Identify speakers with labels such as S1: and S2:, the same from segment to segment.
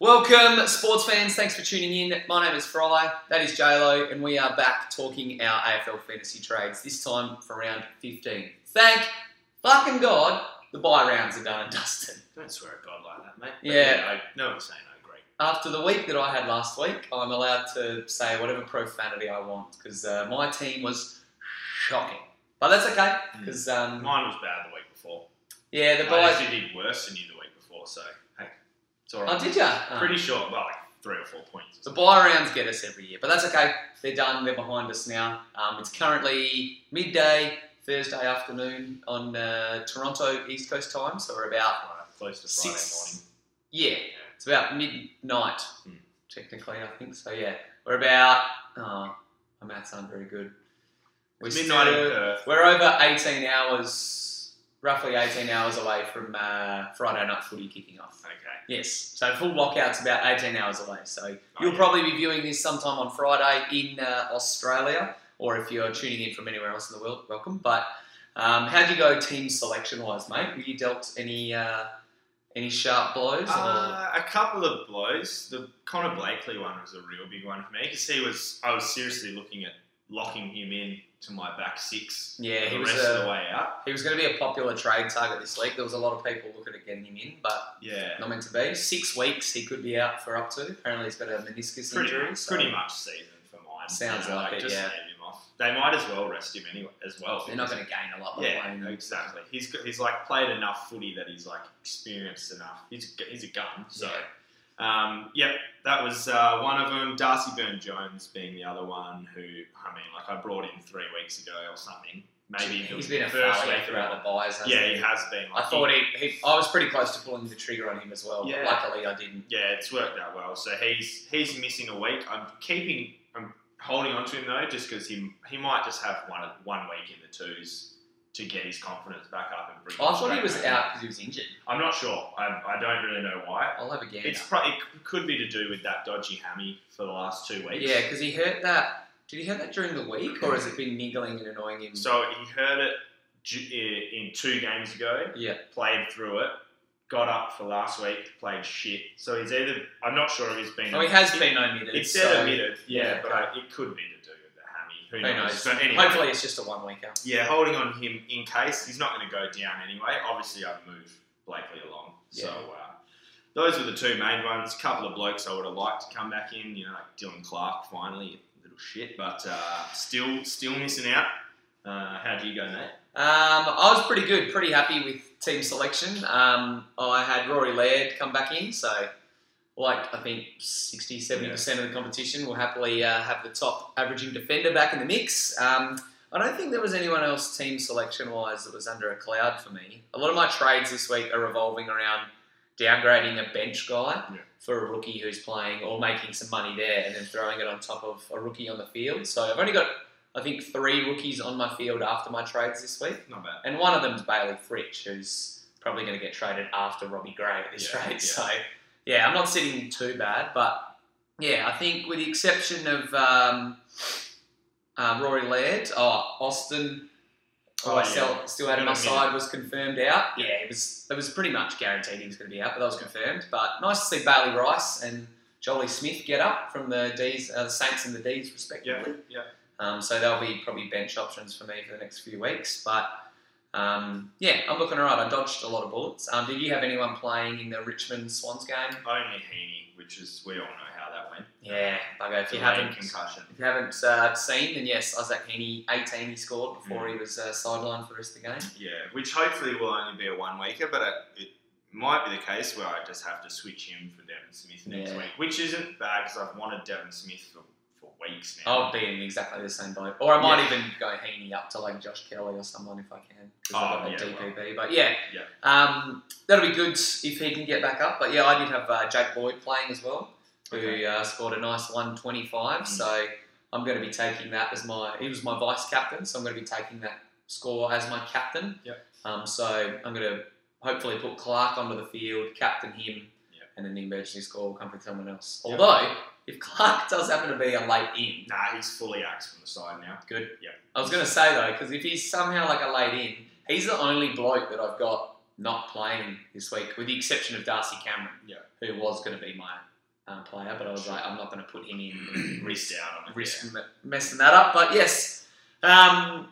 S1: Welcome, sports fans. Thanks for tuning in. My name is Fry. That is JLo, and we are back talking our AFL fantasy trades, this time for round 15. Thank fucking God the buy rounds are done and dusted.
S2: Don't swear at God like that, mate.
S1: Yeah.
S2: I, no one's saying I agree.
S1: After the week that I had last week, I'm allowed to say whatever profanity I want because uh, my team was shocking. But that's okay because, um,
S2: Mine was bad the week before.
S1: yeah, the
S2: I
S1: buy.
S2: actually did worse than you the week before, so hey, it's all
S1: Oh,
S2: right.
S1: did ya? Oh.
S2: Pretty sure, by like three or four points.
S1: The buy rounds get us every year, but that's okay. They're done. They're behind us now. Um, it's currently midday Thursday afternoon on uh, Toronto East Coast time, so we're about
S2: Right, close to Friday
S1: six. Yeah, it's about midnight
S2: Hmm.
S1: technically, I think. So yeah, we're about. Oh, my maths aren't very good. We're
S2: morning. Midnight
S1: still-
S2: in Perth.
S1: we're over 18 hours, roughly 18 hours away from uh, Friday night footy kicking off.
S2: Okay.
S1: Yes. So full lockout's about 18 hours away. So
S2: Oh,
S1: you'll
S2: yeah.
S1: probably be viewing this sometime on Friday in uh, Australia, or if you're tuning in from anywhere else in the world, welcome. But um, how'd you go team selection wise, mate? Were you dealt any uh, any sharp blows? or-
S2: Uh, a couple of blows. The Connor Blakely one was a real big one for me because he was. I was seriously looking at locking him in to my back six.
S1: Yeah,
S2: for
S1: he
S2: the
S1: was
S2: rest
S1: a-
S2: of the way out.
S1: He was going to be a popular trade target this league. There was a lot of people looking at getting him in, but
S2: Yeah.
S1: not meant to be. Six weeks he could be out for up to. Apparently he's got a meniscus
S2: pretty,
S1: injury.
S2: much,
S1: so
S2: pretty much season for mine.
S1: Sounds
S2: You know,
S1: like it,
S2: just
S1: yeah.
S2: leave him off. They might as well rest him anyway, as well.
S1: They're not going
S2: because-
S1: to gain a lot by
S2: Yeah,
S1: playing him.
S2: exactly. He's got, he's like played enough footy that he's like experienced enough. He's a, he's a gun. So, um, yep, that was uh, one of them. Darcy Byrne Jones being the other one. Who I mean, like I brought in three weeks ago or something. Maybe
S1: he's
S2: the
S1: been a
S2: first
S1: failure
S2: week
S1: throughout the buys. hasn't
S2: Yeah,
S1: he?
S2: he has been.
S1: I
S2: Like,
S1: thought
S2: he,
S1: he, he. I was pretty close to pulling the trigger on him as well.
S2: Yeah.
S1: But luckily, I didn't.
S2: Yeah, it's worked out well. So he's he's missing a week. I'm keeping. I'm holding on to him though, just because he he might just have one one week in the twos to get his confidence back up and bring.
S1: Oh, I
S2: him
S1: thought he
S2: straight
S1: was
S2: back in.
S1: out because he was injured.
S2: I'm not sure. I, I don't really know why.
S1: I'll have a gander.
S2: It's pro- it c- could be to do with that dodgy hammy for the last two weeks.
S1: yeah, because he hurt that. Did he hurt that during the week, or has it been niggling and annoying him?
S2: So he heard it ju- i- in two games ago.
S1: Yeah.
S2: Played through it. Got up for last week. Played shit. So he's either. I'm not sure if he's been.
S1: oh, he has been omitted.
S2: It said
S1: so
S2: omitted. Yeah,
S1: uh, yeah,
S2: but
S1: okay.
S2: I, it could be to do with the hammy. Who,
S1: Who knows?
S2: knows? But anyway.
S1: Hopefully, it's just a one weeker.
S2: Yeah, holding on him in case he's not going to go down anyway. Obviously, I've moved Blakely along. So uh, those were the two main ones. A couple of blokes I would have liked to come back in. You know, like Dylan Clark finally, little shit, but uh, still, still missing out. Uh, how do you go, mate?
S1: Um, I was pretty good, pretty happy with team selection. Um, I had Rory Laird come back in, so like I think 60 70% of the competition will happily uh, have the top averaging defender back in the mix. Um, I don't think there was anyone else team selection wise that was under a cloud for me. A lot of my trades this week are revolving around downgrading a bench guy
S2: Yeah.
S1: for a rookie who's playing or making some money there and then throwing it on top of a rookie on the field. So I've only got, I think, three rookies on my field after my trades this week.
S2: Not bad.
S1: And one of them's Bailey Fritch, who's probably going to get traded after Robbie Gray at this
S2: Yeah,
S1: rate.
S2: yeah.
S1: So, yeah, I'm not sitting too bad. But, yeah, I think with the exception of um, um, Rory Laird, oh, Austin, who
S2: Oh,
S1: I
S2: yeah.
S1: still, still had on my
S2: Got a minute.
S1: side, was confirmed out. Yeah, it was, it was pretty much guaranteed he was going to be out, but that was confirmed. But nice to see Bailey Rice and Jolie Smith get up from the D's, uh, the Saints and the D's,
S2: Yeah,
S1: respectively.
S2: yeah.
S1: Um, so they'll be probably bench options for me for the next few weeks. But um, yeah, I'm looking alright. I dodged a lot of bullets. Um, did you have anyone playing in the Richmond Swans game?
S2: Only Heaney, which is we all know how that went.
S1: Yeah, bugger. If you
S2: Delayed
S1: haven't, if
S2: concussion.
S1: you haven't uh, seen, then yes, Isaac Heaney, 18, he scored before he was uh, sidelined for the rest of the game.
S2: Yeah, which hopefully will only be a one weeker, but it- it might be the case where I just have to switch him for Devon Smith next
S1: Yeah.
S2: week, which isn't bad because I've wanted Devon Smith for, for weeks now.
S1: I'll be in exactly the same boat, or I might
S2: Yeah.
S1: even go Heaney up to like Josh Kelly or someone if I can. 'cause
S2: Oh,
S1: I've got that
S2: yeah,
S1: DPP, but yeah,
S2: Yeah.
S1: Um, that'll be good if he can get back up. But yeah, I did have uh, Jake Boyd playing as well, who
S2: Okay.
S1: uh, scored a nice 125.
S2: Mm.
S1: So I'm going to be taking that as my. He was my vice captain, so I'm going to be taking that score as my captain.
S2: Yep.
S1: Um, so I'm going to hopefully put Clark onto the field, captain him,
S2: Yep.
S1: and then the emergency score will come from someone else.
S2: Yep.
S1: Although if Clark does happen to be a late in.
S2: Nah, he's fully axed from the side now.
S1: Good.
S2: Yeah.
S1: I was going to say though, because if he's somehow like a late in, he's the only bloke that I've got not playing this week, with the exception of Darcy Cameron,
S2: Yeah.
S1: who was going to be my um, player, but I was like, I'm not going to put him in and
S2: Wrist out on it.
S1: risk m- messing that up. But yes, um,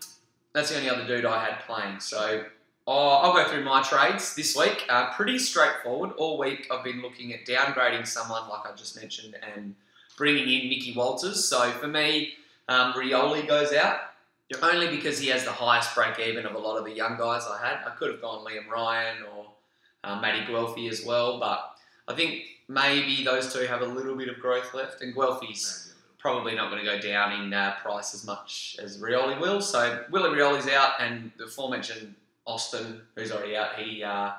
S1: that's the only other dude I had playing. So uh, I'll go through my trades this week. Uh, pretty straightforward. All week I've been looking at downgrading someone, like I just mentioned, and bringing in Mickey Walters. So for me, um, Rioli goes out.
S2: Yep.
S1: Only because he has the highest break even of a lot of the young guys I had. I could have gone Liam Ryan or uh, Matty Guelphy as well, but I think maybe those two have a little bit of growth left. And Guelphy's probably not going to go down in uh, price as much as Rioli will. So Willie Rioli's out, and the aforementioned Austin, who's already out, he uh,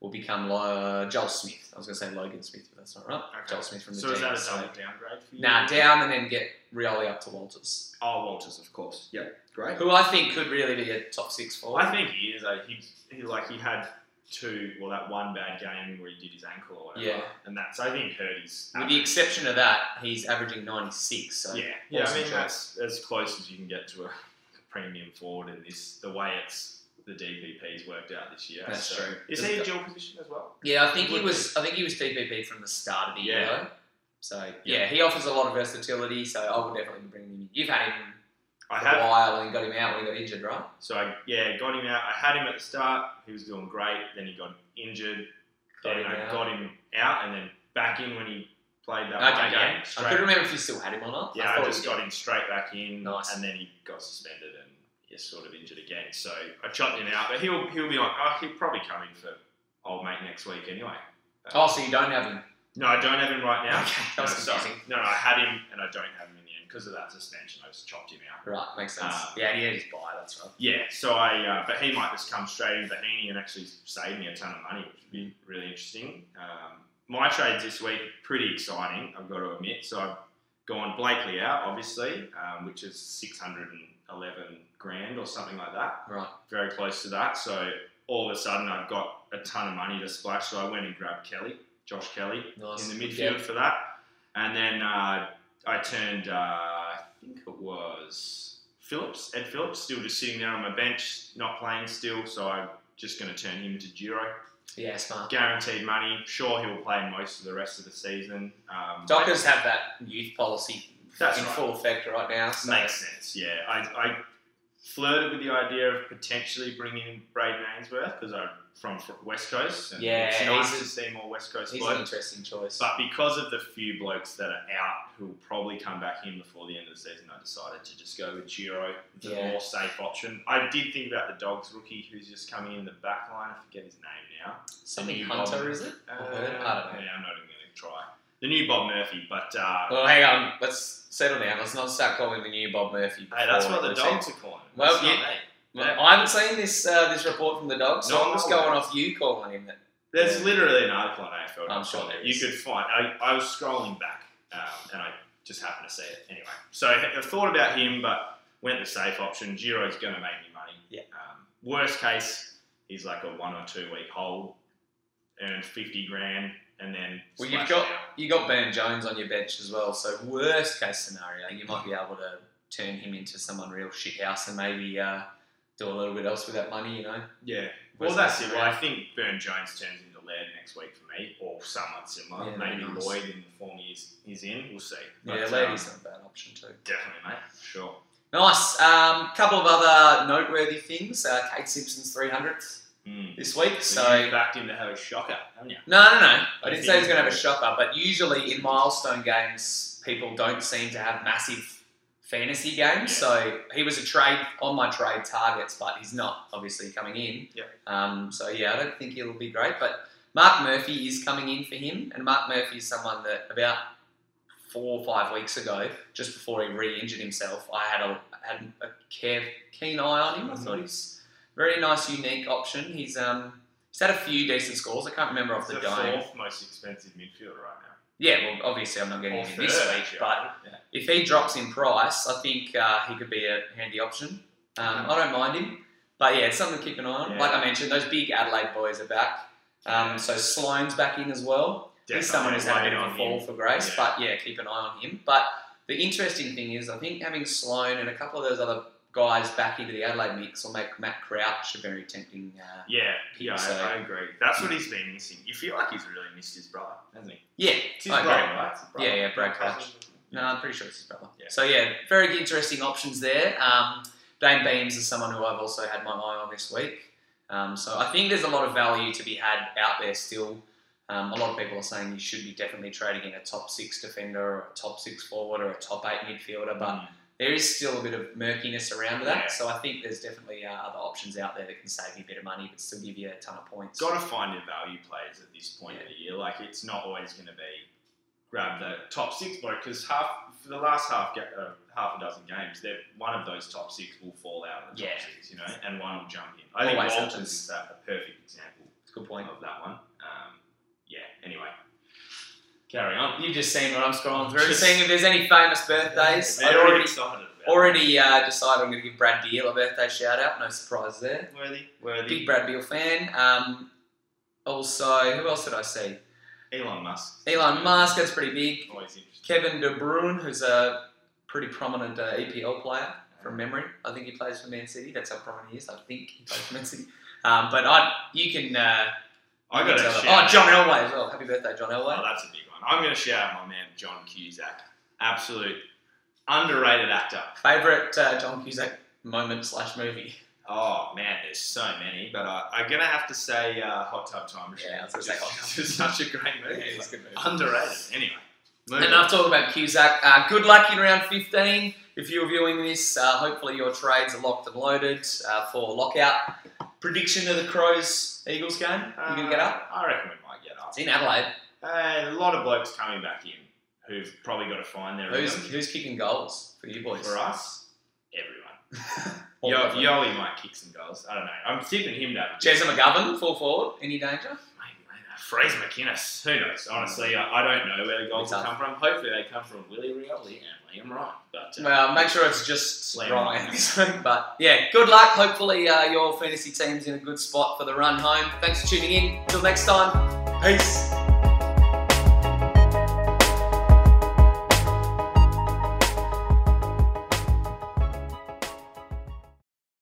S1: will become uh, Joel Smith. I was going to say Logan Smith, but that's not right.
S2: Okay.
S1: Joel Smith from the
S2: So is
S1: team.
S2: that a
S1: so-
S2: double downgrade for you?
S1: Nah, down and then get Rioli up to Walters,
S2: Oh, Walters, of course. Yeah, great.
S1: who I think could really be a top six forward.
S2: I think he is. Like, he, he like he had two, well, that one bad game where he did his ankle or whatever.
S1: Yeah.
S2: And that's I think hurt his.
S1: With the exception of that, he's averaging 96. So
S2: yeah, yeah. I
S1: Awesome
S2: mean
S1: choice.
S2: that's as close as you can get to a premium forward in this. The way it's the DPP's worked out this year.
S1: That's
S2: so.
S1: true.
S2: Is he a dual position as well?
S1: Yeah, I think he
S2: Would
S1: was. I think he was DPP from the start of the year.
S2: Yeah.
S1: though. So
S2: Yeah.
S1: yeah. he offers a lot of versatility. So I would definitely bring him. in. You've had him
S2: I
S1: a
S2: have
S1: while and got him out when he got injured, right?
S2: So I yeah, got him out. I had him at the start. He was doing great. Then he got injured.
S1: Got him
S2: then I
S1: out.
S2: got him out and then back in when he played that
S1: Okay, yeah.
S2: one game.
S1: I couldn't
S2: Straight,
S1: remember if you still had him or not.
S2: yeah,
S1: thought
S2: I
S1: he
S2: just
S1: did.
S2: got him straight back in,
S1: Nice.
S2: and then he got suspended and he's sort of injured again. So I chopped him out, but he'll he'll be like, oh, he'll probably come in for old mate next week anyway.
S1: Oh, so you don't have him?
S2: No, I don't have him right now.
S1: Okay, that
S2: No,
S1: was
S2: sorry.
S1: confusing.
S2: No, no, I had him and I don't have him in the end because of that suspension. I just chopped him out.
S1: Right, makes sense.
S2: Uh,
S1: yeah, and he had his buy. That's right.
S2: Yeah, so I, uh, but he might just come straight in Bahini and actually save me a ton of money, which would be really interesting. Um, my trades this week pretty exciting, I've got to admit. So I've gone Blakely out, obviously, um, which is six hundred and eleven grand or something like that,
S1: Right.
S2: very close to that. So all of a sudden, I've got a ton of money to splash. So I went and grabbed Kelly, Josh Kelly,
S1: Nice.
S2: in the midfield
S1: Yeah.
S2: for that. And then uh, I turned, uh, I think it was Phillips, Ed Phillips, still just sitting there on my bench, not playing still. So I'm just going to turn him to Giro.
S1: Yeah, smart.
S2: Guaranteed money. Sure, he'll play most of the rest of the season. Um,
S1: Dockers have that youth policy
S2: That's
S1: in
S2: right.
S1: full effect right now. So
S2: Makes sense, yeah. I, I flirted with the idea of potentially bringing in Braden Ainsworth because I'm from fr- West Coast. And
S1: Yeah,
S2: it's nice
S1: he's a-
S2: to see more West Coast
S1: he's
S2: blokes.
S1: an interesting choice.
S2: But because of the few blokes that are out who will probably come back in before the end of the season, I decided to just go with Giro, the
S1: Yeah.
S2: more safe option. I did think about the Dogs rookie who's just coming in the back line. I forget his name now.
S1: Something
S2: you
S1: Hunter,
S2: want-
S1: is it?
S2: Uh,
S1: Or Heard? I don't know.
S2: Yeah, I'm not even going to try. The new Bob Murphy, but uh,
S1: Well, hang on. Let's settle down. Let's not start calling the new Bob Murphy.
S2: hey, that's
S1: before
S2: what the
S1: we've seen-
S2: Dogs are calling. him.
S1: Well,
S2: It's not
S1: yeah.
S2: me.
S1: Well, I haven't seen this uh, this report from the dogs, so
S2: No,
S1: I'm just
S2: no.
S1: going off you calling him. That
S2: There's literally an article on AFL.
S1: I'm sure there is.
S2: You could find. I, I was scrolling back, um, and I just happened to see it anyway. So I I thought about him, but went the safe option. Giro's going to make me money.
S1: Yeah.
S2: Um, worst case, he's like a one or two week hold, earned fifty grand, and then
S1: Well, you've
S2: splash
S1: got-
S2: it out.
S1: you got Ben Jones on your bench as well. So worst case scenario, you might be able to turn him into someone real shit house and maybe uh, do a little bit else with that money. You know.
S2: Yeah. Well,
S1: Worst
S2: that's
S1: case
S2: it. Well, I think Burn Jones turns into Laird next week for me, or someone similar.
S1: Yeah,
S2: Maybe
S1: nice.
S2: Lloyd in the form he's, he's in. We'll see.
S1: scenario.
S2: But,
S1: yeah,
S2: um,
S1: Lady's not a bad option too.
S2: Definitely, mate. Sure.
S1: Nice. Um, couple of other noteworthy things. Uh, Kate Simpson's 300th
S2: Mm.
S1: this week,
S2: So,
S1: so
S2: you backed him to have a shocker, haven't you?
S1: No, no, no. I
S2: You
S1: didn't
S2: think-
S1: say he was going to have a shocker, but usually in milestone games, people don't seem to have massive fantasy games. So he was a trade on my trade targets, but he's not obviously coming in.
S2: Yep.
S1: Um, so yeah, I don't think he'll be great. But Mark Murphy is coming in for him, and Mark Murphy is someone that about four or five weeks ago, just before he re-injured himself, I had a had a care, keen eye on him. I thought he's a very nice, unique option. He's um. He's had a few decent scores. I can't remember off
S2: He's
S1: the
S2: the
S1: dome.
S2: fourth most expensive midfielder right now.
S1: Yeah, well, obviously I'm not getting
S2: Or
S1: him this
S2: third,
S1: week,
S2: actually,
S1: but
S2: I think.
S1: if he drops in price, I think uh, he could be a handy option. Um, I don't mind him, but yeah, it's something to keep an eye on.
S2: Yeah.
S1: Like I mentioned, those big Adelaide boys are back. Um, so Sloane's back in as well.
S2: Yeah.
S1: He's someone who's had a bit of a
S2: Definitely
S1: fall for grace,
S2: Yeah.
S1: but yeah, keep an eye on him. But the interesting thing is, I think having Sloane and a couple of those other guys back into the Adelaide mix or make Matt Crouch a very tempting. Uh,
S2: Yeah, yeah, I,
S1: So-
S2: I agree. That's what he's been missing. You feel like he's really missed his brother, hasn't he?
S1: yeah,
S2: It's his
S1: I agree.
S2: brother, right? It's his brother.
S1: Yeah, yeah, Brad
S2: Cousin,
S1: Crouch.
S2: isn't it?
S1: No, I'm pretty sure it's his brother.
S2: Yeah.
S1: So yeah, very interesting options there. Um, Dane Beams is someone who I've also had my eye on this week. Um, so I think there's a lot of value to be had out there still. Um, a lot of people are saying you should be definitely trading in a top six defender or a top six forward or a top eight midfielder, but
S2: Mm.
S1: there is still a bit of murkiness around that.
S2: Yeah.
S1: So I think there's definitely uh, other options out there that can save you a bit of money but still give you a ton of points.
S2: Got to find your value players at this point of the year. Like, it's not always going to be grab the top six bloke because half for the last half ga- uh, half a dozen games, they're one of those top six will fall out of the
S1: Yeah.
S2: top six, you know, and one will jump in. I think
S1: Always
S2: Walters
S1: happens.
S2: is that, a perfect example
S1: Good point.
S2: of that one. Um, yeah. Anyway, carry on.
S1: You've just seen what I'm scrolling through,
S2: Just-
S1: seeing if there's any famous birthdays.
S2: They're
S1: I'd
S2: already
S1: already
S2: excited about
S1: Already uh, decided I'm going to give Brad Beal a birthday shout out. No surprise there.
S2: it. worthy, worthy.
S1: Big Brad Beal fan. Um, also, who else did I see?
S2: Elon Musk.
S1: Elon Musk. That's pretty big.
S2: Always interesting.
S1: Kevin De Bruyne, who's a pretty prominent uh, EPL player from memory. I think he plays for Man City. That's how prominent he is. I think he plays for Man City. Um, but I, you can. Uh,
S2: I
S1: you
S2: got
S1: can
S2: a
S1: tell
S2: shout.
S1: them- Oh, John Elway as well. Happy birthday, John
S2: Oh,
S1: Elway.
S2: that's a big one. I'm going to shout out my man John Cusack. Absolute underrated actor.
S1: Favorite uh, John Cusack moment slash movie.
S2: Oh man, there's so many, but uh, I'm going to have to say uh, Hot Tub Time Machine.
S1: Yeah, I was gonna say
S2: Just-
S1: Hot Tub.
S2: It's such a great movie.
S1: it's a good movie.
S2: underrated. Anyway, moving on.
S1: Enough talk about Cusack. Uh, good luck in round 15. If you're viewing this, uh, hopefully your trades are locked and loaded uh, for lockout. Prediction of the Crows Eagles game. You gonna get up?
S2: Uh, I reckon we might get up.
S1: It's in Adelaide.
S2: Uh, a lot of blokes coming back in who've probably got to find their
S1: Who's,
S2: rhythm.
S1: who's kicking goals for you boys?
S2: for us. Everyone.
S1: All
S2: Yo,
S1: of them.
S2: Yoli might kick some goals. I don't know. I'm tipping him to have a
S1: Jezza McGovern, full forward. Any danger?
S2: Mate, mate, uh, Fraser McInnes, who knows? Honestly, I, I don't know where the goals will
S1: Tough.
S2: come from. Hopefully, they come from Willie Rioli and Liam Wright. But uh,
S1: Well, make sure it's just
S2: Slam.
S1: Ryan this week. But yeah, good luck. Hopefully uh, your fantasy team's in a good spot for the run home. Thanks for tuning in. Till next time. Peace.